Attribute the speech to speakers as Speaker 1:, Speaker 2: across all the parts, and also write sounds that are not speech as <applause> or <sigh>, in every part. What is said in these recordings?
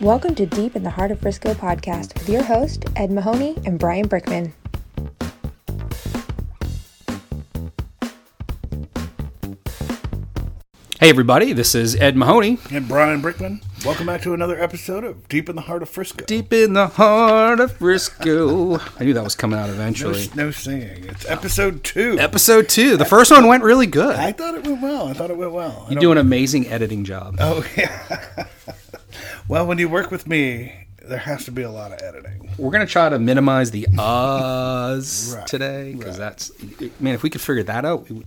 Speaker 1: Welcome to Deep in the Heart of Frisco podcast with your host, Ed Mahoney and Brian Brickman.
Speaker 2: Hey, everybody, this is Ed Mahoney.
Speaker 3: And Brian Brickman, welcome back to another episode of Deep in the Heart of Frisco.
Speaker 2: Deep in the heart of Frisco. I knew that was coming out
Speaker 3: No,
Speaker 2: eventually.
Speaker 3: no singing. It's episode two.
Speaker 2: Episode two. The first one went really good.
Speaker 3: I thought it went well. I thought it went well. I
Speaker 2: you
Speaker 3: don't-
Speaker 2: do an amazing editing job.
Speaker 3: <laughs> Oh yeah. well, when you work with me, there has to be a lot of editing.
Speaker 2: We're going to try to minimize the uhs
Speaker 3: Right,
Speaker 2: today because
Speaker 3: right.
Speaker 2: that's, man, if we could figure that out, we would.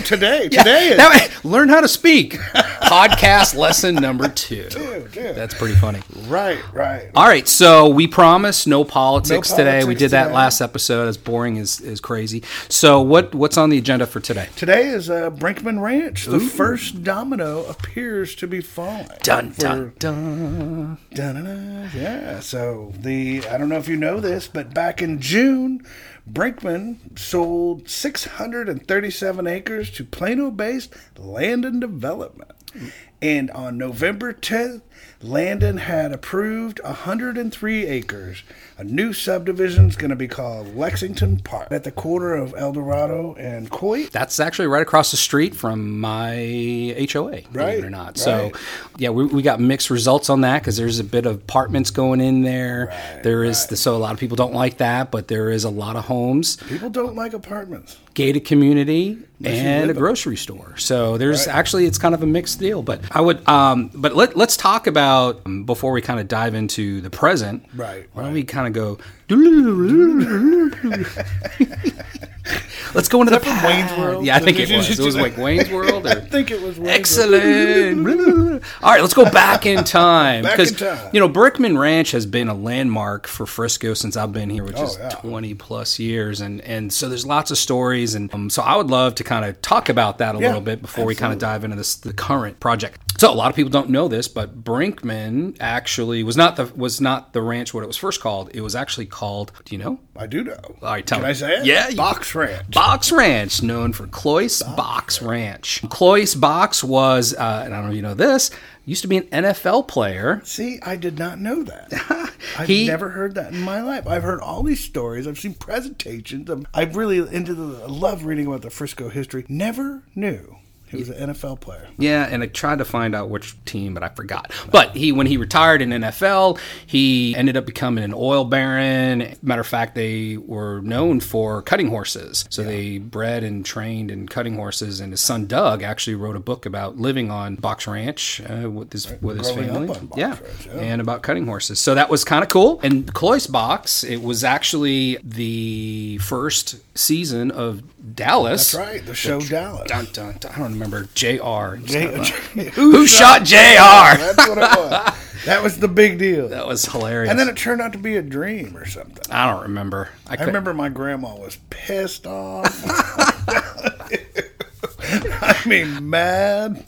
Speaker 2: <laughs>
Speaker 3: today, today is.
Speaker 2: That way- learn how to
Speaker 3: <laughs>
Speaker 2: speak. Podcast lesson number two.
Speaker 3: two.
Speaker 2: That's pretty funny.
Speaker 3: right, right.
Speaker 2: All right, so we promised no politics
Speaker 3: No
Speaker 2: today. We
Speaker 3: politics
Speaker 2: did that
Speaker 3: today.
Speaker 2: last episode. As boring as is crazy. So what what's on the agenda for today?
Speaker 3: Today is uh, Brinkman Ranch. The first domino appears to be falling.
Speaker 2: Dun
Speaker 3: For-
Speaker 2: dun dun.
Speaker 3: Da-na-na. Yeah. So the I don't know if you know this, but back in June, Brinkman sold 637 acres to Plano-based Landon Development. And on November 10th, Landon had approved 103 acres. A new subdivision is going to be called Lexington Park at the corner of El Dorado and Coit.
Speaker 2: That's actually right across the street from my HOA, believe
Speaker 3: Right,
Speaker 2: it or not.
Speaker 3: right.
Speaker 2: So, yeah, we, we got mixed results on that because there's a bit of apartments going in there. there is the, so a lot of people don't like that, but there is a lot of homes,
Speaker 3: People don't like apartments.
Speaker 2: gated community,
Speaker 3: you
Speaker 2: and
Speaker 3: live
Speaker 2: a
Speaker 3: in-
Speaker 2: grocery store. So there's actually it's kind of a mixed deal. But I would, um, but let, let's talk about um, before we kind of dive into the present.
Speaker 3: Right,
Speaker 2: Why don't we kind of go? <laughs> Let's go into the
Speaker 3: from
Speaker 2: past.
Speaker 3: Wayne's World?
Speaker 2: Yeah, I think
Speaker 3: Did
Speaker 2: it
Speaker 3: <laughs> you
Speaker 2: was.
Speaker 3: just
Speaker 2: It was
Speaker 3: do that?
Speaker 2: like Wayne's World. Or,
Speaker 3: I think it was Wayne's
Speaker 2: Excellent. All right, let's go back in time
Speaker 3: <laughs> Back in
Speaker 2: because
Speaker 3: time.
Speaker 2: you know Brickman Ranch has been a landmark for Frisco since I've been here, which is
Speaker 3: Oh, yeah.
Speaker 2: twenty plus years, and and so there's lots of stories, and um, so I would love to kind of talk about that a
Speaker 3: Yeah,
Speaker 2: little bit before we kind of dive into this the current project. So a lot of people don't know this, but Brinkman actually was not the was not the ranch what it was first called. It was actually called. Do you know?
Speaker 3: I do know.
Speaker 2: All right, tell
Speaker 3: Can
Speaker 2: me.
Speaker 3: I say it?
Speaker 2: Yeah, you-
Speaker 3: Box Ranch.
Speaker 2: Box Ranch, known for Cloyce Box Ranch. Cloyce Box was, uh, and I don't know if you know this, used to be an NFL player.
Speaker 3: See, I did not
Speaker 2: <laughs>
Speaker 3: know that. I've
Speaker 2: He-
Speaker 3: never heard that in my life. I've heard all these stories. I've seen presentations. I'm, I'm really into the. I love reading about the Frisco history. Never knew he was an NFL player.
Speaker 2: Yeah, and I tried to find out which team, but I forgot. But he, when he retired in NFL, he ended up becoming an oil baron. Matter of fact, they were known for cutting horses, so they bred and trained in cutting horses. And his son Doug actually wrote a book about living on Box Ranch uh, with his with his
Speaker 3: Growing up
Speaker 2: family.
Speaker 3: on Box
Speaker 2: yeah.
Speaker 3: Ranch, yeah.
Speaker 2: and about cutting horses. So that was kind of cool. And Cloyce Box, it was actually the first season of Dallas.
Speaker 3: That's right. The show Dallas.
Speaker 2: Dun, dun, dun. I don't remember. Jr. It was kind of a-
Speaker 3: Who,
Speaker 2: Who shot JR?
Speaker 3: <laughs> That's
Speaker 2: <laughs>
Speaker 3: what it was. That was the big deal.
Speaker 2: That was hilarious.
Speaker 3: And then it turned out to be a dream or something.
Speaker 2: I don't remember. I,
Speaker 3: I
Speaker 2: could,
Speaker 3: remember my grandma was
Speaker 2: <laughs>
Speaker 3: pissed off. <laughs> I mean, mad.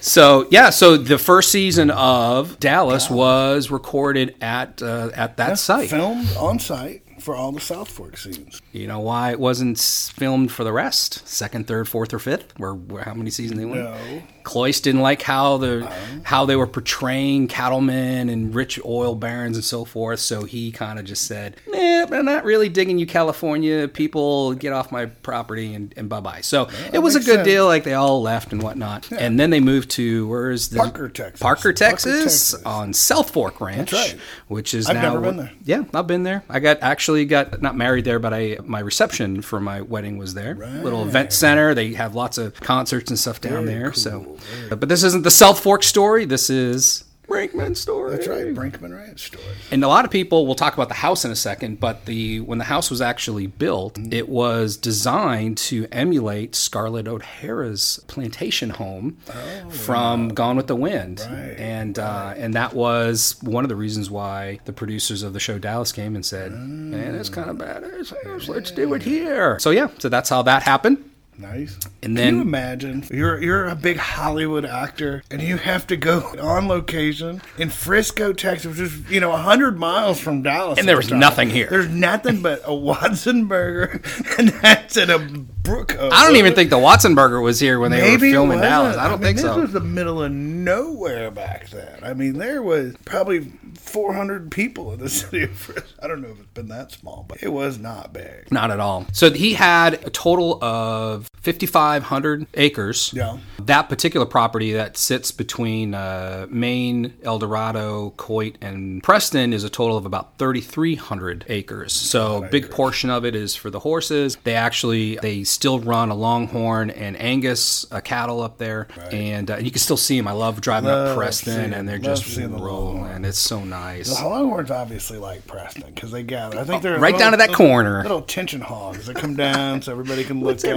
Speaker 2: So yeah, so the first season of Dallas was recorded at uh, at that site.
Speaker 3: Filmed on site for all the South Fork scenes.
Speaker 2: You know why it wasn't s- filmed for the rest? Second, third, fourth, or fifth? Where, where how many seasons they went?
Speaker 3: No.
Speaker 2: Cloyce didn't like how the how they were portraying cattlemen and rich oil barons and so forth. So he kind of just said, "Nah, I'm not really digging you, California people. Get off my property and, and bye bye." So it was a
Speaker 3: makes
Speaker 2: good
Speaker 3: sense.
Speaker 2: deal. Like they all left and whatnot, and then they moved to where is the
Speaker 3: Parker, Texas.
Speaker 2: Parker,
Speaker 3: Parker,
Speaker 2: Texas,
Speaker 3: Texas.
Speaker 2: on South Fork Ranch,
Speaker 3: right.
Speaker 2: which is
Speaker 3: I've
Speaker 2: now
Speaker 3: never been there.
Speaker 2: yeah, I've been there. I got actually got not married there, but I my reception for my wedding was there. Little event center. They have lots of concerts and stuff down there. So, but this isn't the South Fork story. This is Brinkman story.
Speaker 3: That's right, Brinkman Ranch story.
Speaker 2: And a lot of people will talk about the house in a second, but the when the house was actually built,
Speaker 3: Mm-hmm.
Speaker 2: it was designed to emulate Scarlett O'Hara's plantation home
Speaker 3: Oh,
Speaker 2: from Gone with the Wind, and Uh, and that was one of the reasons why the producers of the show Dallas came
Speaker 3: Mm.
Speaker 2: and said, "Man, it's kind of badass. Let's do it here." So yeah, so that's how that happened.
Speaker 3: Nice.
Speaker 2: And
Speaker 3: Can you
Speaker 2: then-
Speaker 3: imagine you're you're a big Hollywood actor and you have to go <laughs> on location in Frisco, Texas, which is you know hundred miles from Dallas.
Speaker 2: And there
Speaker 3: at
Speaker 2: was
Speaker 3: the time.
Speaker 2: nothing here.
Speaker 3: There's nothing but a Watson burger, <laughs> and that's in a brook. Of
Speaker 2: I don't even think the Watson Burger was here when they
Speaker 3: Maybe
Speaker 2: were filming
Speaker 3: it wasn't.
Speaker 2: Dallas. I don't
Speaker 3: mean,
Speaker 2: think
Speaker 3: this
Speaker 2: so.
Speaker 3: was the middle of nowhere back then. I mean, there was probably 400 people in the <laughs> city of Frisco. I don't know if it's been that small, but it was not big.
Speaker 2: Not at all. So he had a total of 5,500 acres.
Speaker 3: Yeah.
Speaker 2: That particular property that sits between uh, Maine, El Dorado, Coit, and Preston is a total of about 3,300 acres. So big portion of it is for the horses. They actually they still run a Longhorn and Angus uh, cattle up there, and uh, you can still see them. I love driving
Speaker 3: Love
Speaker 2: up Preston,
Speaker 3: seeing-
Speaker 2: and they're
Speaker 3: love
Speaker 2: just
Speaker 3: seeing the
Speaker 2: rolling.
Speaker 3: Longhorn.
Speaker 2: It's so nice.
Speaker 3: The Longhorns obviously like Preston because they gather. I think they're
Speaker 2: Oh, right down to that
Speaker 3: little-
Speaker 2: corner.
Speaker 3: Little tension hogs that come down so
Speaker 2: <laughs>
Speaker 3: everybody can look. What's <laughs>
Speaker 2: up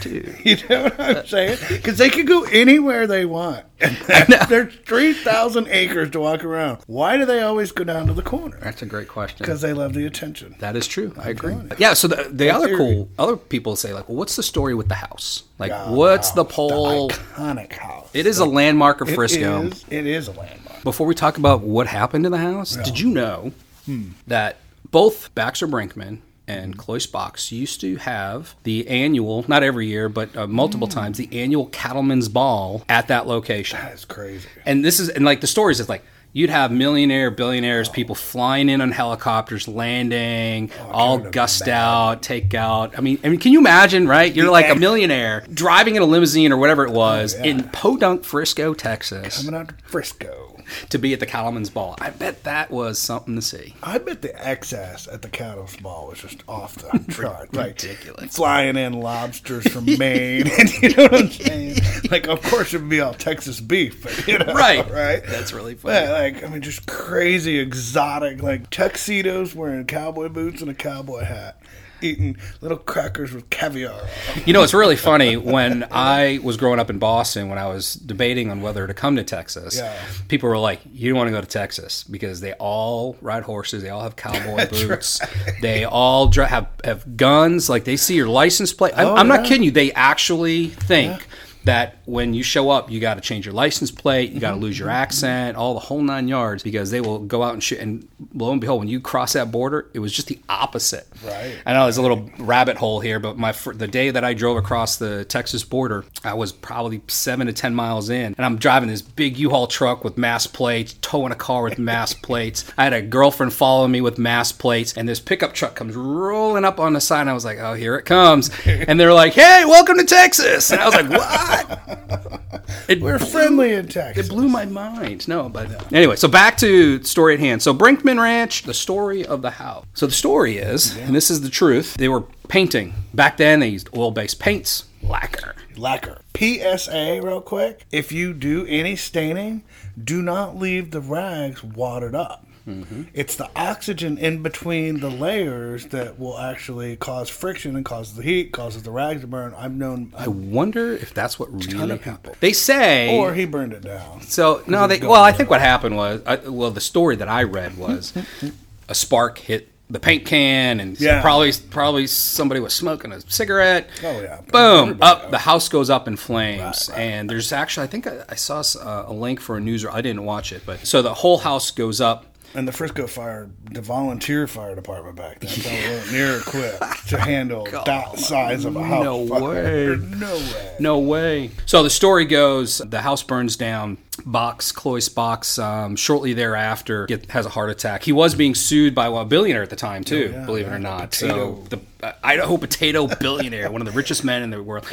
Speaker 2: to?
Speaker 3: You know what I'm saying? Because they could go anywhere they want. <laughs> There's 3,000 acres to walk around. Why do they always go down to the corner?
Speaker 2: That's a great question.
Speaker 3: Because they love the attention.
Speaker 2: That is true. I agree.
Speaker 3: telling you.
Speaker 2: Yeah. So the, the other
Speaker 3: theory.
Speaker 2: cool other people say like, well, what's the story with the house? Like,
Speaker 3: God,
Speaker 2: what's
Speaker 3: wow.
Speaker 2: the poll?
Speaker 3: <laughs> iconic house.
Speaker 2: it is a landmark of
Speaker 3: It
Speaker 2: Frisco.
Speaker 3: is- it is a landmark.
Speaker 2: Before we talk about what happened in the house, did you know
Speaker 3: Hmm.
Speaker 2: that both Baxter Brinkman and Cloyce Box used to have the annual, not every year, but uh, multiple
Speaker 3: Hmm.
Speaker 2: times, the annual Cattleman's Ball at that location?
Speaker 3: That's crazy.
Speaker 2: and this is and like the stories is like you'd have millionaire billionaires people flying in on helicopters landing all
Speaker 3: can
Speaker 2: gussed out take out i mean i mean can you imagine right you're like a millionaire driving in a limousine or whatever it was in podunk frisco texas
Speaker 3: Coming out to Frisco.
Speaker 2: to be at the cattleman's ball i bet that was something to see
Speaker 3: I bet the excess at the cattle's ball was just off the
Speaker 2: <laughs>
Speaker 3: chart. Like,
Speaker 2: Ridiculous.
Speaker 3: Flying in lobsters
Speaker 2: <laughs>
Speaker 3: from Maine. <laughs> and you know what I'm saying? Like, of course, it would be all Texas beef. But, you know,
Speaker 2: Right.
Speaker 3: Right.
Speaker 2: That's really funny.
Speaker 3: But, like, I mean, just crazy, exotic, like tuxedos wearing cowboy boots and a cowboy hat. Eating little crackers with caviar. on 'em.
Speaker 2: You know, it's really funny when I was growing up in Boston, when I was debating on whether to come to Texas,
Speaker 3: Yeah.
Speaker 2: people were like, You don't want to go to Texas because they all ride horses, they all have cowboy boots, they all dri have, have guns. Like, they see your license plate. I'm, I'm not
Speaker 3: Oh, yeah.
Speaker 2: kidding you, they actually think. That when you show up, you got to change your license plate, you
Speaker 3: Mm-hmm.
Speaker 2: got to lose your accent, all the whole nine yards, because they will go out and shit. And lo and behold, when you cross that border, it was just the opposite.
Speaker 3: Right.
Speaker 2: I know there's a little rabbit hole here, but my fir- the day that I drove across the Texas border, I was probably seven to ten miles in, and I'm driving this big U-Haul truck with mass plates, towing a car with
Speaker 3: <laughs>
Speaker 2: mass plates. I had a girlfriend following me with mass plates, and this pickup truck comes rolling up on the side. And I was like, "Oh, here it comes!"
Speaker 3: <laughs>
Speaker 2: And they're like, "Hey, welcome to Texas!" And I was like, "What?"
Speaker 3: <laughs>
Speaker 2: It
Speaker 3: We're friendly in Texas.
Speaker 2: it blew my mind. No, but anyway, so back to story at hand. So Brinkman Ranch, the story of the house. So the story is, and this is the truth, they were painting. Back then they used oil-based paints, lacquer.
Speaker 3: lacquer. PSA, real quick. If you do any staining, do not leave the rags watered up.
Speaker 2: Mm-hmm.
Speaker 3: It's the oxygen in between the layers that will actually cause friction and causes the heat, causes the rags to burn. I've known,
Speaker 2: I wonder if that's what really
Speaker 3: of
Speaker 2: happened.
Speaker 3: people.
Speaker 2: They say
Speaker 3: or he burned it down.
Speaker 2: So no, they. Well, I think what happened was, I, well, the story that I read was a spark hit the paint can, and
Speaker 3: Yeah.
Speaker 2: probably probably somebody was smoking a cigarette.
Speaker 3: Oh, yeah.
Speaker 2: Boom!
Speaker 3: Everybody
Speaker 2: Up the house goes up in flames, and there's actually I think I, I saw s- uh, a link for a news. I didn't watch it, but so the whole house goes up.
Speaker 3: And the Frisco Fire, the volunteer fire department back then, they weren't near
Speaker 2: <laughs>
Speaker 3: equipped to handle that size of a house.
Speaker 2: No
Speaker 3: fire.
Speaker 2: way.
Speaker 3: No way.
Speaker 2: No way. So the story goes: the house burns down. Box, Cloyce Box, um, shortly thereafter, get, has a heart attack. He was being sued by well, a billionaire at the time too, believe it or not. So Oh, the uh, Idaho potato billionaire, one of the richest men in the world.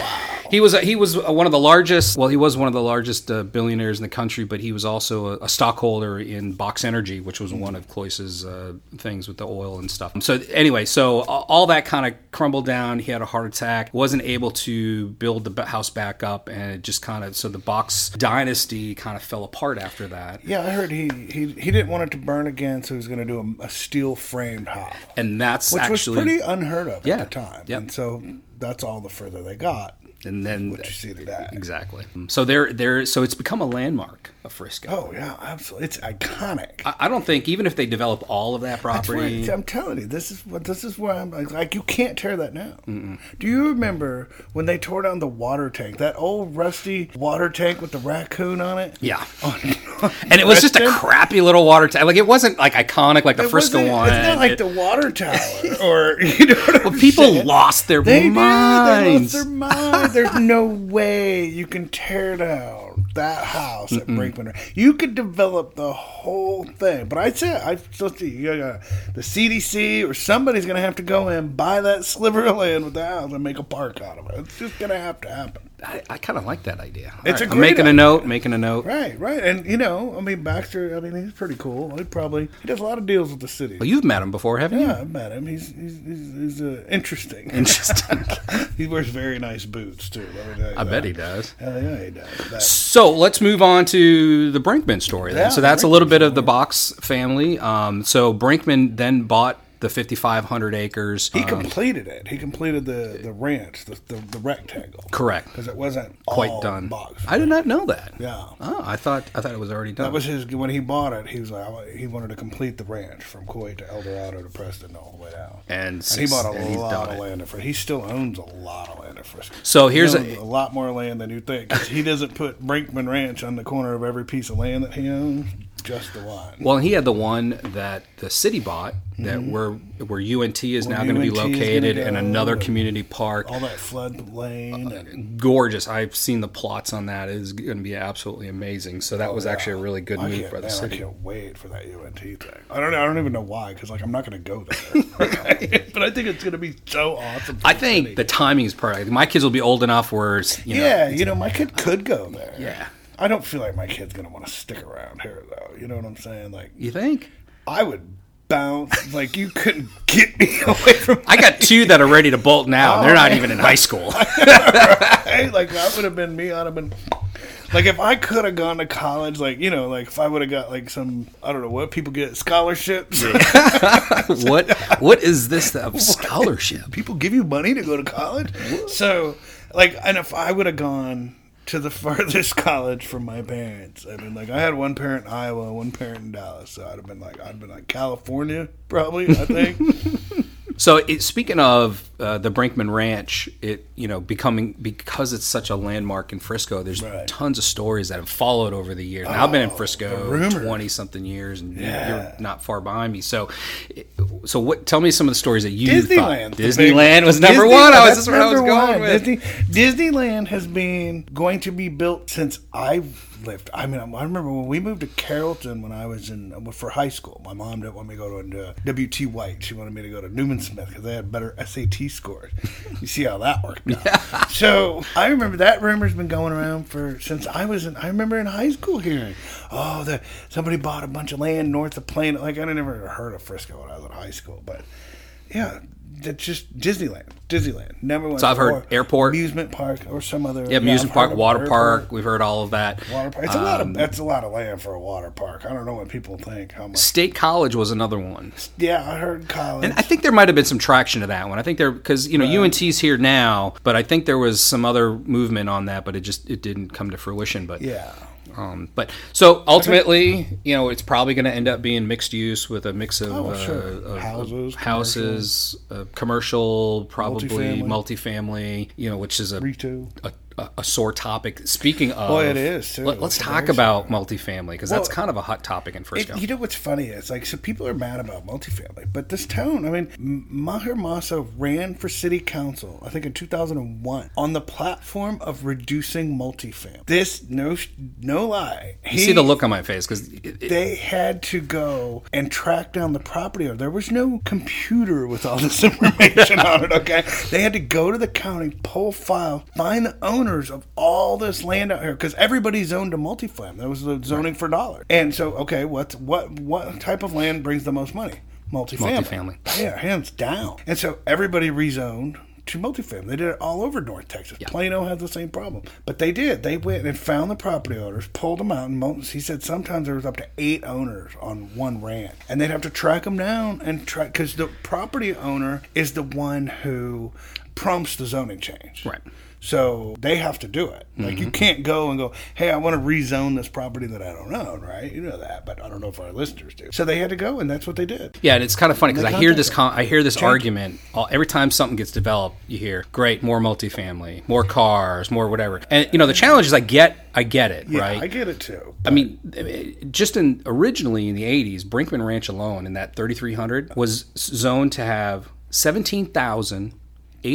Speaker 2: He was he was uh, one of the largest. Well, he was one of the largest uh, billionaires in the country, but he was also a, a stockholder in Box Energy, which was one of Cloyce's uh, things with the oil and stuff. So anyway, so a- all that kind of crumbled down. He had a heart attack, wasn't able to build the b- house back up, and it just kind of so the Box dynasty kind of fell apart after that.
Speaker 3: Yeah, I heard he, he, he didn't want it to burn again, so he was going to do a, a steel framed house.
Speaker 2: And that's
Speaker 3: which
Speaker 2: actually
Speaker 3: was pretty unheard of
Speaker 2: Yeah,
Speaker 3: at the time.
Speaker 2: yep.
Speaker 3: And so that's all the further they got.
Speaker 2: and then
Speaker 3: What you see today.
Speaker 2: Exactly. So there, there. So it's become a landmark. of Frisco.
Speaker 3: Oh yeah, absolutely. It's iconic.
Speaker 2: I, I don't think even if they develop all of that
Speaker 3: That's why
Speaker 2: property,
Speaker 3: I'm telling you, this is what this is where I'm like, like you can't tear that down. Do you remember when they tore down the water tank, that old rusty water tank with the raccoon on it?
Speaker 2: yeah.
Speaker 3: On-
Speaker 2: <laughs> And it was just a
Speaker 3: Preston?
Speaker 2: crappy little water tank. Like it wasn't like iconic like the
Speaker 3: It
Speaker 2: Frisco
Speaker 3: wasn't-
Speaker 2: one.
Speaker 3: It's not like
Speaker 2: It- <laughs>
Speaker 3: the water tower, or <laughs> you know. What
Speaker 2: Well,
Speaker 3: I'm
Speaker 2: people
Speaker 3: saying?
Speaker 2: lost their
Speaker 3: They did. They lost
Speaker 2: minds.
Speaker 3: their mind. There's no way you can tear down that house at Brinkman. You could develop the whole thing, but I said I still see you gotta, the CDC or somebody's gonna have to go and buy that sliver of land with the house and make a park out of it. It's just gonna have to happen.
Speaker 2: I, I kind of like that idea. All
Speaker 3: It's a
Speaker 2: right, I'm
Speaker 3: great
Speaker 2: making a
Speaker 3: idea.
Speaker 2: note. Making a note.
Speaker 3: Right, right, and you know, I mean Baxter. I mean he's pretty cool. He probably he does a lot of deals with the city.
Speaker 2: Well, you've met him before,
Speaker 3: <laughs>
Speaker 2: haven't you?
Speaker 3: yeah, I met him. He's he's, he's, he's uh, interesting. <laughs>
Speaker 2: Interesting.
Speaker 3: he wears very nice boots too. Let me tell you
Speaker 2: I
Speaker 3: that.
Speaker 2: bet he does.
Speaker 3: Hell yeah, he does. That-
Speaker 2: So let's move on to the Brinkman story. Then.
Speaker 3: Yeah,
Speaker 2: so that's a
Speaker 3: Brinkman
Speaker 2: little bit of the Box family. Um, so Brinkman then bought the 5,500 acres.
Speaker 3: He
Speaker 2: um,
Speaker 3: completed it. He completed the the ranch, the the, the rectangle.
Speaker 2: correct.
Speaker 3: Because it wasn't
Speaker 2: Quite
Speaker 3: all
Speaker 2: done.
Speaker 3: Box.
Speaker 2: I did not know that.
Speaker 3: Yeah.
Speaker 2: Oh, I thought I thought it was already done.
Speaker 3: That was his when he bought it. He was like, I wa- he wanted to complete the ranch from Kuwait to El Dorado to Preston all the way down.
Speaker 2: and,
Speaker 3: And he
Speaker 2: since-
Speaker 3: bought a
Speaker 2: and he's
Speaker 3: lot
Speaker 2: done
Speaker 3: of
Speaker 2: it.
Speaker 3: land in Frisco. He still owns a lot of land in Frisco.
Speaker 2: So
Speaker 3: He
Speaker 2: here's a-
Speaker 3: owns a lot more land than you think. 'cause he doesn't put Brinkman Ranch on the corner of every piece of land that he owns. Just the one.
Speaker 2: Well, he had the one that the city bought that where where UNT is
Speaker 3: Mm-hmm. Where
Speaker 2: now going to be
Speaker 3: UNT is gonna
Speaker 2: located in
Speaker 3: go Oh.
Speaker 2: another
Speaker 3: and-
Speaker 2: community park.
Speaker 3: All that floodplain and
Speaker 2: Gorgeous. I've seen the plots on that. It is going to be absolutely amazing. So that was actually a really good
Speaker 3: Oh, I
Speaker 2: move
Speaker 3: can't,
Speaker 2: by the
Speaker 3: man, I
Speaker 2: <laughs> city.
Speaker 3: can't wait for that UNT thing. I don't. I don't even know why. Because like I'm not going to
Speaker 2: <laughs>
Speaker 3: go there. <laughs> but I think it's going to be so awesome. for
Speaker 2: I
Speaker 3: the
Speaker 2: think
Speaker 3: city.
Speaker 2: the timing's perfect. My kids will be old enough where, it's, you know,
Speaker 3: <laughs> yeah, you know, my kid could go there.
Speaker 2: Yeah.
Speaker 3: I don't feel like my kid's going to want to stick around here though. You know what I'm saying? Like
Speaker 2: you think?
Speaker 3: I would bounce. like you couldn't <laughs> get me away from.
Speaker 2: I got two that are ready to bolt now, and they're
Speaker 3: Oh,
Speaker 2: not even in high school. <laughs>
Speaker 3: Hey, like that would have been me. I'd have been. Like if I could have gone to college, like you know, like if I would have got like some, I don't know what people get scholarships.
Speaker 2: what What is this
Speaker 3: <laughs>
Speaker 2: of scholarship?
Speaker 3: people give you money to go to college. So, like, and if I would have gone to the <laughs> farthest college from my parents, I mean, like, I had one parent in Iowa, one parent in Dallas, so I'd have been like, I'd been like California, probably. I think.
Speaker 2: So, it, speaking of uh, the Brinkman Ranch, it you know becoming because it's such a landmark in Frisco. There's
Speaker 3: Right. Oh,
Speaker 2: tons of stories that have followed over the years. Now, I've been in
Speaker 3: the
Speaker 2: Frisco
Speaker 3: rumor.
Speaker 2: twenty something years, and you-
Speaker 3: Yeah.
Speaker 2: you're not far behind me. So, it- so what? Tell me some of the stories that you
Speaker 3: Disneyland,
Speaker 2: Thought.
Speaker 3: the big-
Speaker 2: Disneyland was number
Speaker 3: Disney-
Speaker 2: one. I was that's
Speaker 3: that's
Speaker 2: where I was
Speaker 3: number
Speaker 2: going
Speaker 3: one.
Speaker 2: with.
Speaker 3: Disney, Disneyland has been going to be built since I lived. I mean, I remember when we moved to Carrollton when I was in for high school. My mom didn't want me to go to uh, W.T. White. She wanted me to go to Newman Smith because they had better SAT scores. you see how that worked
Speaker 2: <laughs>
Speaker 3: out. So I remember that rumor's been going around for since I was in. I remember in high school hearing, oh, that somebody bought a bunch of land north of Plano. Like I never heard of Frisco when I was in high school, but. Yeah, that's just Disneyland. Disneyland, number one.
Speaker 2: So I've heard
Speaker 3: Or
Speaker 2: airport.
Speaker 3: amusement park, or some other.
Speaker 2: Yeah, amusement
Speaker 3: I've heard
Speaker 2: park,
Speaker 3: of
Speaker 2: water
Speaker 3: airport,
Speaker 2: park. Um, We've heard all of that.
Speaker 3: Water park. It's a lot of that's a lot of land for a water park. I don't know what people think. How much?
Speaker 2: State College was another one.
Speaker 3: Yeah, I heard college.
Speaker 2: And I think there might have been some traction to that one. I think there because you know UNT's here now, but I think there was some other movement on that, but it just it didn't come to fruition. But
Speaker 3: yeah,
Speaker 2: um, but so ultimately, you know, it's probably going to end up being mixed use with a mix of,
Speaker 3: Oh,
Speaker 2: uh,
Speaker 3: sure.
Speaker 2: of- of
Speaker 3: Houses,
Speaker 2: houses, commercial, uh, commercial probably multifamily.
Speaker 3: Multifamily.
Speaker 2: You know, which is a
Speaker 3: retail.
Speaker 2: a, a- a sore topic. Speaking of,
Speaker 3: Boy, it is, too.
Speaker 2: Let, us
Speaker 3: It's
Speaker 2: talk
Speaker 3: very
Speaker 2: about multifamily because that's
Speaker 3: Well,
Speaker 2: kind of a hot topic in Frisco.
Speaker 3: It, you know what's funny is like so people are mad about multifamily, but this town, I mean, M- Maher Massa ran for city council, I think in 2001, on the platform of reducing multifamily. This no sh- no lie.
Speaker 2: You see the look on my face because
Speaker 3: They had to go and track down the property owner. There was no computer with all this <laughs> information on it, okay? They had to go to the county, pull file, find the owners of all this land out here because everybody zoned to multifam. That was the zoning for dollar. And so, okay, what's what what type of land brings the most money? Multifamily.
Speaker 2: Multifamily.
Speaker 3: Yeah, hands down. And so everybody rezoned to multifamily. They did it all over North Texas. Plano had the same problem, but they did. They went and found the property owners, pulled them out, and mul- he said sometimes there was up to eight owners on one ranch, and they'd have to track them down and track because the property owner is the one who prompts the zoning change.
Speaker 2: Right. Mm-hmm.
Speaker 3: So they have to do it. Like you can't go and go, hey, I want to rezone this property that I don't own, right? You know that, but I don't know if our listeners do. So they had to go, and that's what they did.
Speaker 2: Yeah, and it's kind of funny because I hear this con- I hear this
Speaker 3: it.
Speaker 2: argument all, every time something gets developed. You hear, "Great, more multifamily, more cars, more whatever." And you know, the challenge is I get I get it,
Speaker 3: Yeah,
Speaker 2: right?
Speaker 3: I get it too.
Speaker 2: I mean, eh, just in originally in the '80s, Brinkman Ranch alone in that 3,300 was zoned to have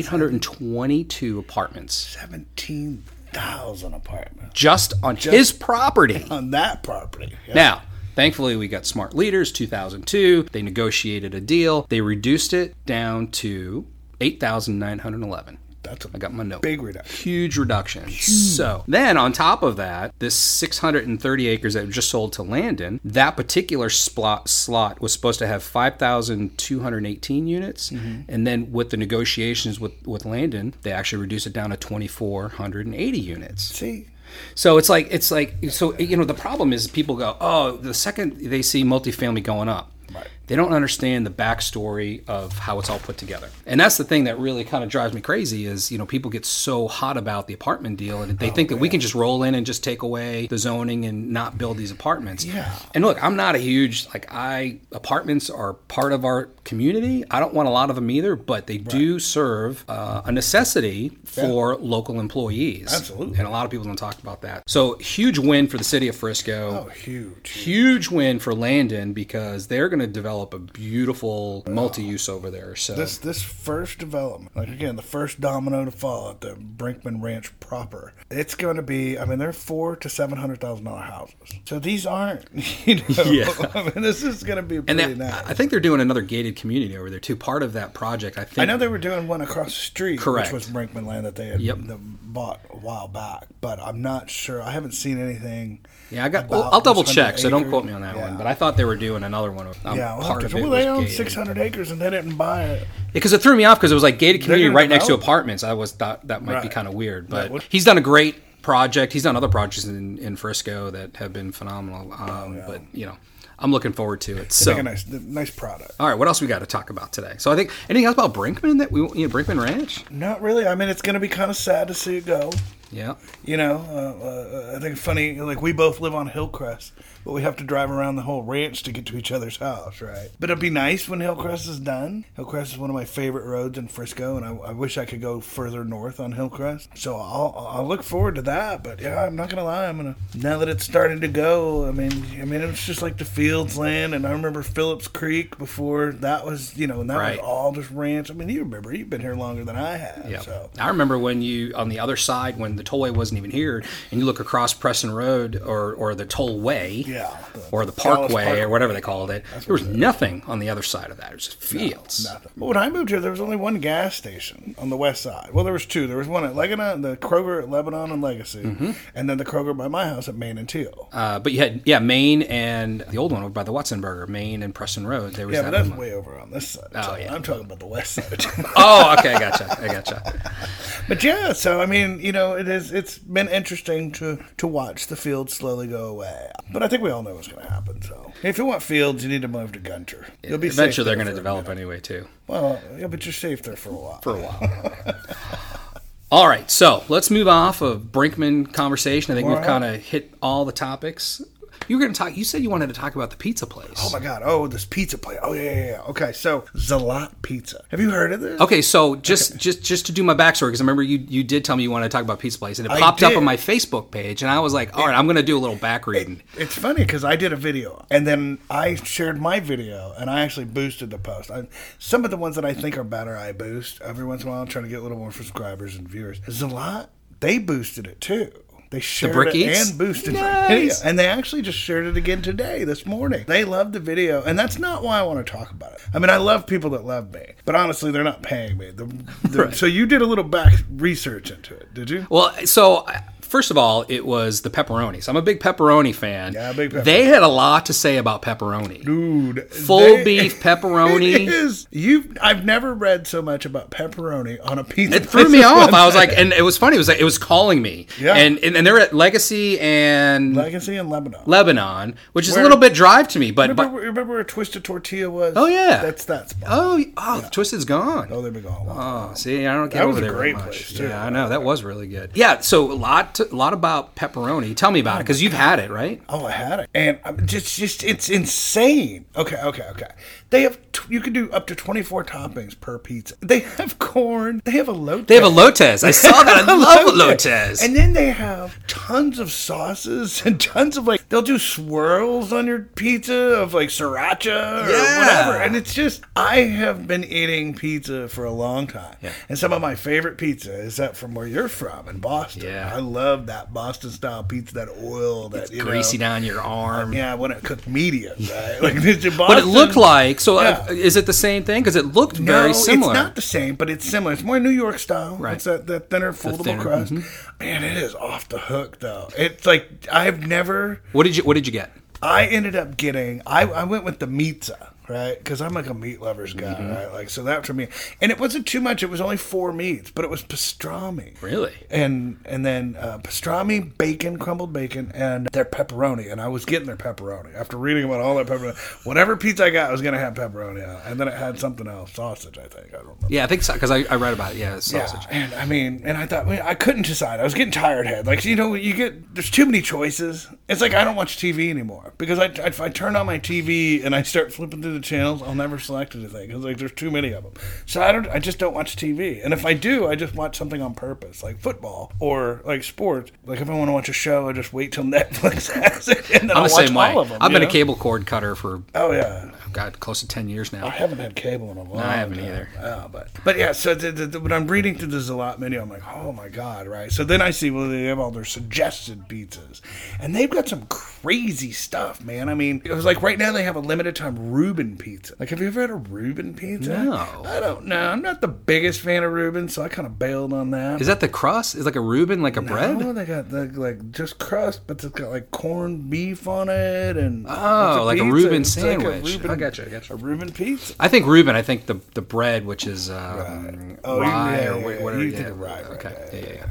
Speaker 2: 17,822 apartments
Speaker 3: Seventeen thousand apartments
Speaker 2: just on his property.
Speaker 3: on that property. Yeah.
Speaker 2: Now, thankfully, we got smart leaders. 2002, they negotiated a deal. They reduced it down to 8,911.
Speaker 3: That's a
Speaker 2: I got my note.
Speaker 3: big reduction.
Speaker 2: Huge reduction. So then, on top of that, this 630 acres that were just sold to Landon, that particular slot slot was supposed to have 5,218 units,
Speaker 3: Mm-hmm.
Speaker 2: and then with the negotiations with with Landon, they actually reduced it down to 2,480 units.
Speaker 3: See,
Speaker 2: So it's like it's like so you know the problem is people go oh the second they see multifamily going up,
Speaker 3: Right.
Speaker 2: they don't understand the backstory of how it's all put together, and that's the thing that really kind of drives me crazy is you know people get so hot about the apartment deal and
Speaker 3: Oh,
Speaker 2: they think that we can just roll in and just take away the zoning and not build these apartments.
Speaker 3: Yeah.
Speaker 2: And look, I'm not a huge like I apartments are part of our community. I don't want a lot of them either, but they do serve uh, a necessity for local employees.
Speaker 3: Absolutely.
Speaker 2: And a lot of people don't talk about that. So huge win for the city of Frisco.
Speaker 3: oh, huge.
Speaker 2: Huge win for Landon because they're going to develop a beautiful multi-use
Speaker 3: Oh.
Speaker 2: over there. So
Speaker 3: This this first development, like again, the first domino to fall at the Brinkman Ranch proper. It's going to be. I mean, they're four to seven hundred thousand dollar houses. So these aren't. <laughs> You know,
Speaker 2: Yeah.
Speaker 3: <laughs> I mean, this is going to be
Speaker 2: and
Speaker 3: pretty
Speaker 2: that,
Speaker 3: nice.
Speaker 2: I think they're doing another gated community over there too. Part of that project, I think.
Speaker 3: I know they were doing one across the street,
Speaker 2: Correct.
Speaker 3: which was Brinkman Land that they had
Speaker 2: Yep.
Speaker 3: the- bought a while back, but I'm not sure. I haven't seen anything.
Speaker 2: yeah, I got.
Speaker 3: about
Speaker 2: I'll, I'll double
Speaker 3: this
Speaker 2: check, so don't
Speaker 3: 100
Speaker 2: quote me on that
Speaker 3: acre.
Speaker 2: one. But I thought they were doing another one. I'm
Speaker 3: yeah, we'll have
Speaker 2: part
Speaker 3: to-
Speaker 2: of it
Speaker 3: well,
Speaker 2: was
Speaker 3: they own
Speaker 2: gated.
Speaker 3: 600 acres and they didn't buy it.
Speaker 2: because it threw me off because it was like gated community
Speaker 3: gonna
Speaker 2: right next to
Speaker 3: develop.
Speaker 2: apartments. I was thought that might be
Speaker 3: Right.
Speaker 2: kind of weird, but
Speaker 3: what-
Speaker 2: he's done a great project. He's done other projects in, in Frisco that have been phenomenal. Um,
Speaker 3: Oh,
Speaker 2: But you know, I'm looking forward to it. So,
Speaker 3: Like a nice, nice product.
Speaker 2: all right, what else we got to talk about today? So, I think anything else about Brinkman that we you know, Brinkman Ranch?
Speaker 3: Not really. I mean, it's going to be kind of sad to see it go.
Speaker 2: Yeah,
Speaker 3: You know, uh, uh, I think it's funny. Like we both live on Hillcrest, but we have to drive around the whole ranch to get to each other's house, right? But it'd be nice when Hillcrest is done. Hillcrest is one of my favorite roads in Frisco, and I, I wish I could go further north on Hillcrest. So I'll, I'll look forward to that. But yeah, I'm not gonna lie. I'm gonna now that it's starting to go. I mean, I mean, it's just like the fields land, and I remember Phillips Creek before that was, you know, and that
Speaker 2: Right.
Speaker 3: was all just ranch. I mean, you remember? You've been here longer than I have.
Speaker 2: yeah.
Speaker 3: So.
Speaker 2: I remember when you on the other side when the tollway wasn't even here, and you look across Preston Road or or the tollway,
Speaker 3: Yeah.
Speaker 2: or the
Speaker 3: Dallas
Speaker 2: Parkway
Speaker 3: Parkway.
Speaker 2: or whatever they called it. there was nothing on the other side of that. It was just fields.
Speaker 3: Nothing. But when I moved here, there was only one gas station on the west side. Well, there was two. There was one at Lebanon, the Kroger at Lebanon and Legacy,
Speaker 2: Mm-hmm.
Speaker 3: and then the Kroger by my house at Main and Teal.
Speaker 2: Uh, but you had yeah, Maine and the old one over by the Watson Burger, Maine and Preston Road. There was
Speaker 3: yeah,
Speaker 2: that
Speaker 3: but that's
Speaker 2: one.
Speaker 3: way over on this side.
Speaker 2: Oh,
Speaker 3: so
Speaker 2: yeah.
Speaker 3: I'm talking about the west side.
Speaker 2: <laughs>
Speaker 3: <laughs>
Speaker 2: Oh, okay, I gotcha. I gotcha.
Speaker 3: but yeah, so I mean, you know, it is. It's been interesting to to watch the field slowly go away. But I think we all know what's going to happen. So if you want fields, you need to move to Gunter. <laughs> You'll be safe
Speaker 2: Eventually, they're
Speaker 3: there
Speaker 2: going to
Speaker 3: for a
Speaker 2: develop anyway too
Speaker 3: minute. Well, yeah, but you're safe there for a while.
Speaker 2: for a while. All right, so let's move off of Brinkman conversation. I think we've
Speaker 3: Alright.
Speaker 2: kind of hit all the topics. You were going to talk. You said you wanted to talk about the pizza place.
Speaker 3: Oh my god! Oh, this pizza place. Oh yeah, yeah, yeah. Okay, so Zalat Pizza. Have you heard of this?
Speaker 2: Okay, so just just just to do my backstory because I remember you you did tell me you wanted to talk about pizza place and it
Speaker 3: I
Speaker 2: popped up
Speaker 3: did.
Speaker 2: on my Facebook page and I was like, all right, I'm going to do a little back reading.
Speaker 3: It's funny because I did a video and then I shared my video and I actually boosted the post. I, some of the ones that I think are better, I boost every once in a while, trying to get a little more subscribers and viewers. Zalat, they boosted it too. They shared
Speaker 2: Brick
Speaker 3: it
Speaker 2: Eats?
Speaker 3: and boosted
Speaker 2: Nice.
Speaker 3: the video, and they actually just shared it again today, this morning. They loved the video, and that's not why I want to talk about it. I mean, I love people that love me, but honestly, they're not paying me. The, the, So you did a little back research into it, did you?
Speaker 2: Well, so I- First of all, it was the pepperonis. I'm a big pepperoni fan.
Speaker 3: Yeah, big pepperoni.
Speaker 2: They had a lot to say about pepperoni.
Speaker 3: Dude,
Speaker 2: Full
Speaker 3: they- <laughs>
Speaker 2: beef pepperoni.
Speaker 3: It is. You, I've never read so much about pepperoni on a pizza.
Speaker 2: It
Speaker 3: <laughs>
Speaker 2: threw me off. I was like, and it was funny. It was like it was calling me.
Speaker 3: Yeah.
Speaker 2: And and, and they're at Legacy and
Speaker 3: Legacy in Lebanon.
Speaker 2: Lebanon, which is
Speaker 3: Where-
Speaker 2: a little bit drive to me, but, but
Speaker 3: remember, remember where Twisted Tortilla was?
Speaker 2: Oh, yeah.
Speaker 3: that's that spot.
Speaker 2: oh oh, Twisted's gone.
Speaker 3: Oh, there we go.
Speaker 2: Oh, see, I don't get
Speaker 3: That
Speaker 2: over
Speaker 3: was a
Speaker 2: there very much.
Speaker 3: great place, too.
Speaker 2: yeah, I know that was really good. Yeah, so a lot, a lot about pepperoni. Tell me about it because you've had it, right?
Speaker 3: Oh, I had it, and I'm just, just it's insane. Okay, okay, okay. They have t- you can do up to twenty four toppings per pizza. They have corn. They have a load.
Speaker 2: They have a Lotez. I saw that. I
Speaker 3: <laughs>
Speaker 2: love Lotez.
Speaker 3: And then they have tons of sauces and tons of like they'll do swirls on your pizza of like sriracha or
Speaker 2: Yeah.
Speaker 3: whatever. And it's just I have been eating pizza for a long time.
Speaker 2: Yeah.
Speaker 3: And some of my favorite pizza is up from where you're from in Boston.
Speaker 2: Yeah.
Speaker 3: I love that Boston style pizza, that oil, that you know,
Speaker 2: Greasy down your arm.
Speaker 3: Yeah, when it cooked medium,
Speaker 2: <laughs>
Speaker 3: right? Like it's in Boston.
Speaker 2: But it looked like so. uh
Speaker 3: Yeah.
Speaker 2: is it the same thing? Because it looked very similar.
Speaker 3: It's not the same, but it's similar. It's more New York style.
Speaker 2: Right.
Speaker 3: It's that, that thinner foldable
Speaker 2: thinner, mm-hmm.
Speaker 3: crust. Man, it is off the hook though. It's like I've never.
Speaker 2: What did you What did you get?
Speaker 3: I ended up getting. I, I went with the pizza. Right, because I'm like a meat lovers guy,
Speaker 2: Mm-hmm.
Speaker 3: right? Like, so that for me, and it wasn't too much. It was only four meats, but it was pastrami,
Speaker 2: Really?
Speaker 3: and and then uh, pastrami, bacon, crumbled bacon, and their pepperoni. And I was getting their pepperoni after reading about all their pepperoni. Whatever pizza I got, I was gonna have pepperoni on, and then it had something else, sausage, I think. I don't know.
Speaker 2: Yeah, I think so because I, I read about it. Yeah, it's sausage.
Speaker 3: Yeah, and I mean, and I thought well, I couldn't decide. I was getting tired head. Like you know, you get there's too many choices. It's like I don't watch TV anymore because I if I turn on my TV and I start flipping through the channels, I'll never select anything. It's like there's too many of them. So I don't. I just don't watch TV. And if I do, I just watch something on purpose, like football or like sports. Like if I want to watch a show, I just wait till <laughs> Netflix has it, and then
Speaker 2: I'm
Speaker 3: I'll
Speaker 2: the
Speaker 3: watch
Speaker 2: same way.
Speaker 3: all of them.
Speaker 2: I've
Speaker 3: you
Speaker 2: been a
Speaker 3: know?
Speaker 2: cable cord cutter for
Speaker 3: Oh yeah.
Speaker 2: God close to ten years now.
Speaker 3: I haven't had cable in a long.
Speaker 2: I haven't
Speaker 3: time.
Speaker 2: either.
Speaker 3: Yeah, but but yeah. So the, the, the- when I'm reading through this a lot menu, I'm like, oh my god, right? So then I see well they have all their suggested pizzas, and they've got some crazy stuff, man. I mean, it was like right now they have a limited time Reuben pizza. Like, have you ever had a Reuben pizza?
Speaker 2: No.
Speaker 3: I don't know. I'm not the biggest fan of Reuben, so I kind of bailed on that.
Speaker 2: Is that the crust? Is like a Reuben, like a bread?
Speaker 3: Oh, they got the, like just crust, but it's got like corned beef on it, and
Speaker 2: Oh,
Speaker 3: it's
Speaker 2: like a
Speaker 3: pizza.
Speaker 2: Reuben
Speaker 3: It's
Speaker 2: sandwich.
Speaker 3: Like a Reuben,
Speaker 2: I gotcha, I gotcha.
Speaker 3: A Reuben pizza.
Speaker 2: I think Reuben. I think the the bread, which is um,
Speaker 3: Oh, you-
Speaker 2: rye
Speaker 3: yeah,
Speaker 2: or
Speaker 3: yeah,
Speaker 2: wha-
Speaker 3: yeah.
Speaker 2: whatever.
Speaker 3: You
Speaker 2: yeah.
Speaker 3: think of rye, right,
Speaker 2: Okay.
Speaker 3: right,
Speaker 2: yeah, yeah, yeah.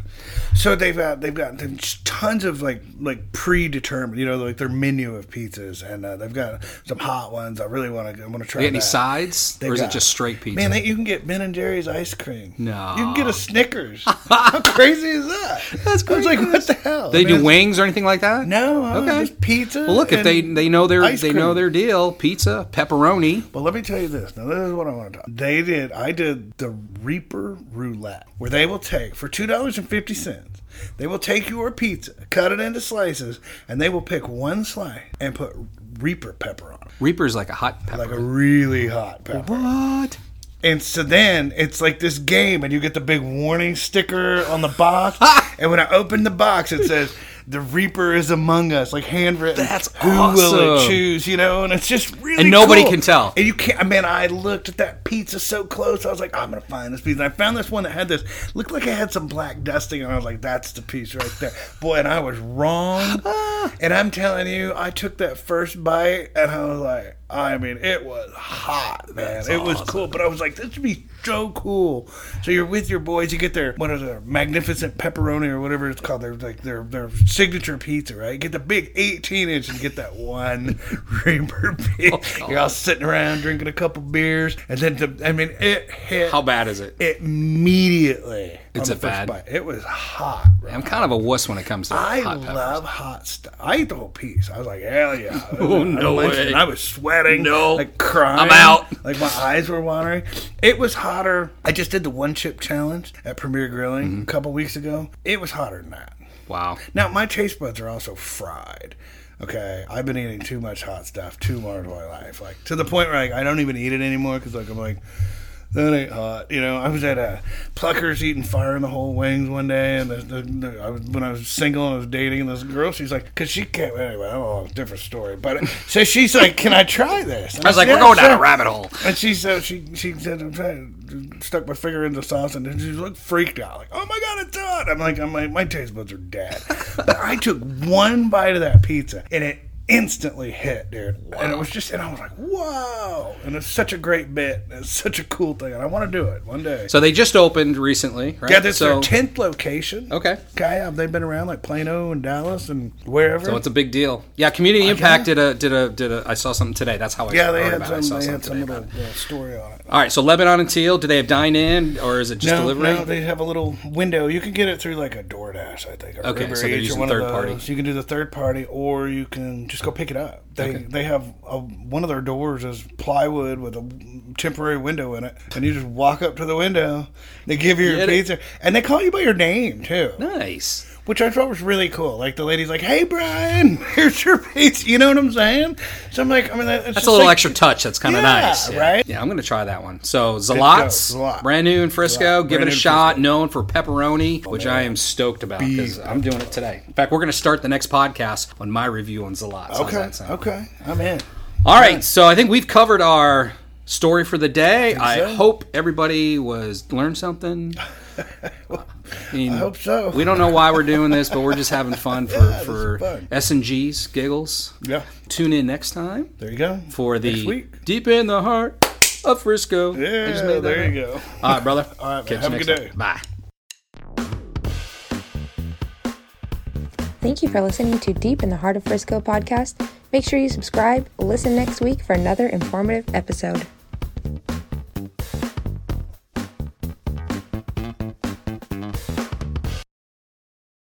Speaker 3: So they've got they've got tons of like like predetermined, you know, like their menu of pizzas, and uh, they've got some hot ones. I really want to I want to try.
Speaker 2: They get any
Speaker 3: that.
Speaker 2: sides,
Speaker 3: They've
Speaker 2: or is it
Speaker 3: got-
Speaker 2: just straight pizza?
Speaker 3: Man, they, you can get Ben and Jerry's ice cream.
Speaker 2: No.
Speaker 3: you can get
Speaker 2: <laughs>
Speaker 3: a Snickers. How crazy is that? That's I was like, what the hell?
Speaker 2: they
Speaker 3: I mean,
Speaker 2: do wings or anything like that?
Speaker 3: No, uh,
Speaker 2: Okay.
Speaker 3: just pizza.
Speaker 2: Well, look if they
Speaker 3: and-
Speaker 2: they know their
Speaker 3: ice
Speaker 2: they know
Speaker 3: cream.
Speaker 2: their deal: pizza, pepperoni.
Speaker 3: Well, let me tell you this. Now, this is what I want to talk. They did. I did the Reaper Roulette, where they will take for two dollars and fifty cents. They will take your pizza, cut it into slices, and they will pick one slice and put Reaper pepper on it,
Speaker 2: Reaper's like a hot pepper.
Speaker 3: like a really hot pepper.
Speaker 2: what?
Speaker 3: And so then it's like this game, and you get the big warning sticker on the
Speaker 2: <laughs>
Speaker 3: box. and when I open the box, it says, "The Reaper is among us," like handwritten.
Speaker 2: That's
Speaker 3: Who will it
Speaker 2: awesome.
Speaker 3: choose? You know, and it's just really
Speaker 2: And nobody
Speaker 3: cool.
Speaker 2: can tell.
Speaker 3: And you can't. I mean, I looked at that pizza so close. I was like, "I'm gonna find this pizza." And I found this one that had this looked like it had some black dusting, and I was like, "That's the piece right there, boy." And I was wrong.
Speaker 2: <laughs> Ah.
Speaker 3: and I'm telling you, I took that first bite, and I was like, "I mean, it was hot, man. it was cool." But I was like, "This would be so cool." So you're with your boys. You get their what is their magnificent pepperoni or whatever it's called. Their like their their signature pizza, right? Get the big 18 inch and get that one <laughs> Reaper pizza.
Speaker 2: <laughs>
Speaker 3: You're all sitting around drinking a couple beers, and then the, I mean, it hit
Speaker 2: How bad is it?
Speaker 3: immediately. on
Speaker 2: It's
Speaker 3: the
Speaker 2: a
Speaker 3: first
Speaker 2: fad.
Speaker 3: bite. It was hot. Bro.
Speaker 2: I'm kind of a wuss when it comes to
Speaker 3: I
Speaker 2: hot peppers.
Speaker 3: love hot stuff. I ate the whole piece. I was like, hell
Speaker 2: <laughs>
Speaker 3: yeah.
Speaker 2: Oh, no
Speaker 3: I mentioned-
Speaker 2: way.
Speaker 3: I was sweating.
Speaker 2: No.
Speaker 3: Like crying.
Speaker 2: I'm out.
Speaker 3: Like my eyes were watering. It was hotter. I just did the one chip challenge at Premier Grilling
Speaker 2: Mm-hmm.
Speaker 3: a couple weeks ago. It was hotter than that.
Speaker 2: Wow.
Speaker 3: Now, my taste buds are also fried. Okay, I've been eating too much hot stuff too much of my life, like to the point where like, I don't even eat it anymore because like I'm like, That ain't hot. You know, I was at a Pluckers eating fire in the whole wings one day, and the, the, the, I was, when I was single and I was dating, and this girl, she's like, because she can't, anyway, oh, different story. But so she's like, can I try this? And
Speaker 2: I was like,
Speaker 3: said,
Speaker 2: we're going
Speaker 3: "Yeah,
Speaker 2: down a
Speaker 3: sure."
Speaker 2: rabbit hole.
Speaker 3: And she said, she, she said, I'm trying, stuck my finger in the sauce, and then she looked freaked out, like, oh my God, it's hot. I'm like, I'm like, my taste buds are dead. but I took one bite of that pizza, and it, Instantly hit, dude, and it was just, and I was like, "Whoa!" And it's such a great bit. It's such a cool thing, and I want to do it one day.
Speaker 2: So they just opened recently, right?
Speaker 3: Yeah, this
Speaker 2: so,
Speaker 3: is their tenth location.
Speaker 2: Okay.
Speaker 3: Okay, um, they've been around like Plano and Dallas and wherever.
Speaker 2: So it's a big deal. Yeah, Community Impact did a did a did a. I saw something today. That's how I
Speaker 3: yeah, they
Speaker 2: heard
Speaker 3: had
Speaker 2: about. it. I saw
Speaker 3: some. They had
Speaker 2: something
Speaker 3: some
Speaker 2: today.
Speaker 3: little uh, story on it.
Speaker 2: All right, so Lebanon and Teal. Do they have dine in or is it just
Speaker 3: no,
Speaker 2: delivery?
Speaker 3: no, they have a little window. You can get it through like a DoorDash, I think. Or
Speaker 2: Okay,
Speaker 3: Uber
Speaker 2: so they're
Speaker 3: Eats
Speaker 2: using
Speaker 3: or one of
Speaker 2: third party.
Speaker 3: those. You can do the third party, or you can just go pick it up. They they have a, one of their doors is plywood with a temporary window in it, and you just walk up to the window. They give you your
Speaker 2: Yeah, they-
Speaker 3: pizza, and they call you by your name too.
Speaker 2: Nice.
Speaker 3: which I thought was really cool. Like the lady's like, "Hey, Brian, <laughs> here's your pizza." You know what I'm saying? So I'm like, I mean, that- it's
Speaker 2: That's
Speaker 3: just
Speaker 2: a little
Speaker 3: like-
Speaker 2: extra touch. That's kind of
Speaker 3: Yeah,
Speaker 2: nice. Yeah.
Speaker 3: right?
Speaker 2: Yeah, I'm gonna try that one. So Zalats,
Speaker 3: Zalot.
Speaker 2: brand new in Frisco.
Speaker 3: Zalot,
Speaker 2: Give it a
Speaker 3: brand new in Oh,
Speaker 2: shot. Known for pepperoni, which I am stoked about because I'm doing it today. In fact, we're gonna start the next podcast on my review on Zalats. How's
Speaker 3: Okay,
Speaker 2: that sound?
Speaker 3: okay, I'm in.
Speaker 2: All right, so I think we've covered our story for the day. I,
Speaker 3: so.
Speaker 2: hope everybody was learned
Speaker 3: <laughs>
Speaker 2: something. I, mean,
Speaker 3: hope so.
Speaker 2: We don't know why we're doing this, but we're just having
Speaker 3: <laughs>
Speaker 2: fun for
Speaker 3: is
Speaker 2: for
Speaker 3: fun.
Speaker 2: S and G's giggles.
Speaker 3: Yeah,
Speaker 2: Tune in next time
Speaker 3: there you go.
Speaker 2: for
Speaker 3: Next
Speaker 2: the
Speaker 3: week.
Speaker 2: deep in the heart of Frisco. I
Speaker 3: yeah,
Speaker 2: just made that
Speaker 3: there you
Speaker 2: up.
Speaker 3: go.
Speaker 2: All right, brother.
Speaker 3: All right, man.
Speaker 2: Catch you
Speaker 3: Have a
Speaker 2: next
Speaker 3: good
Speaker 2: time.
Speaker 3: day.
Speaker 2: Bye.
Speaker 1: Thank you for listening to Deep in the Heart of Frisco podcast. Make sure you subscribe. Listen next week for another informative episode.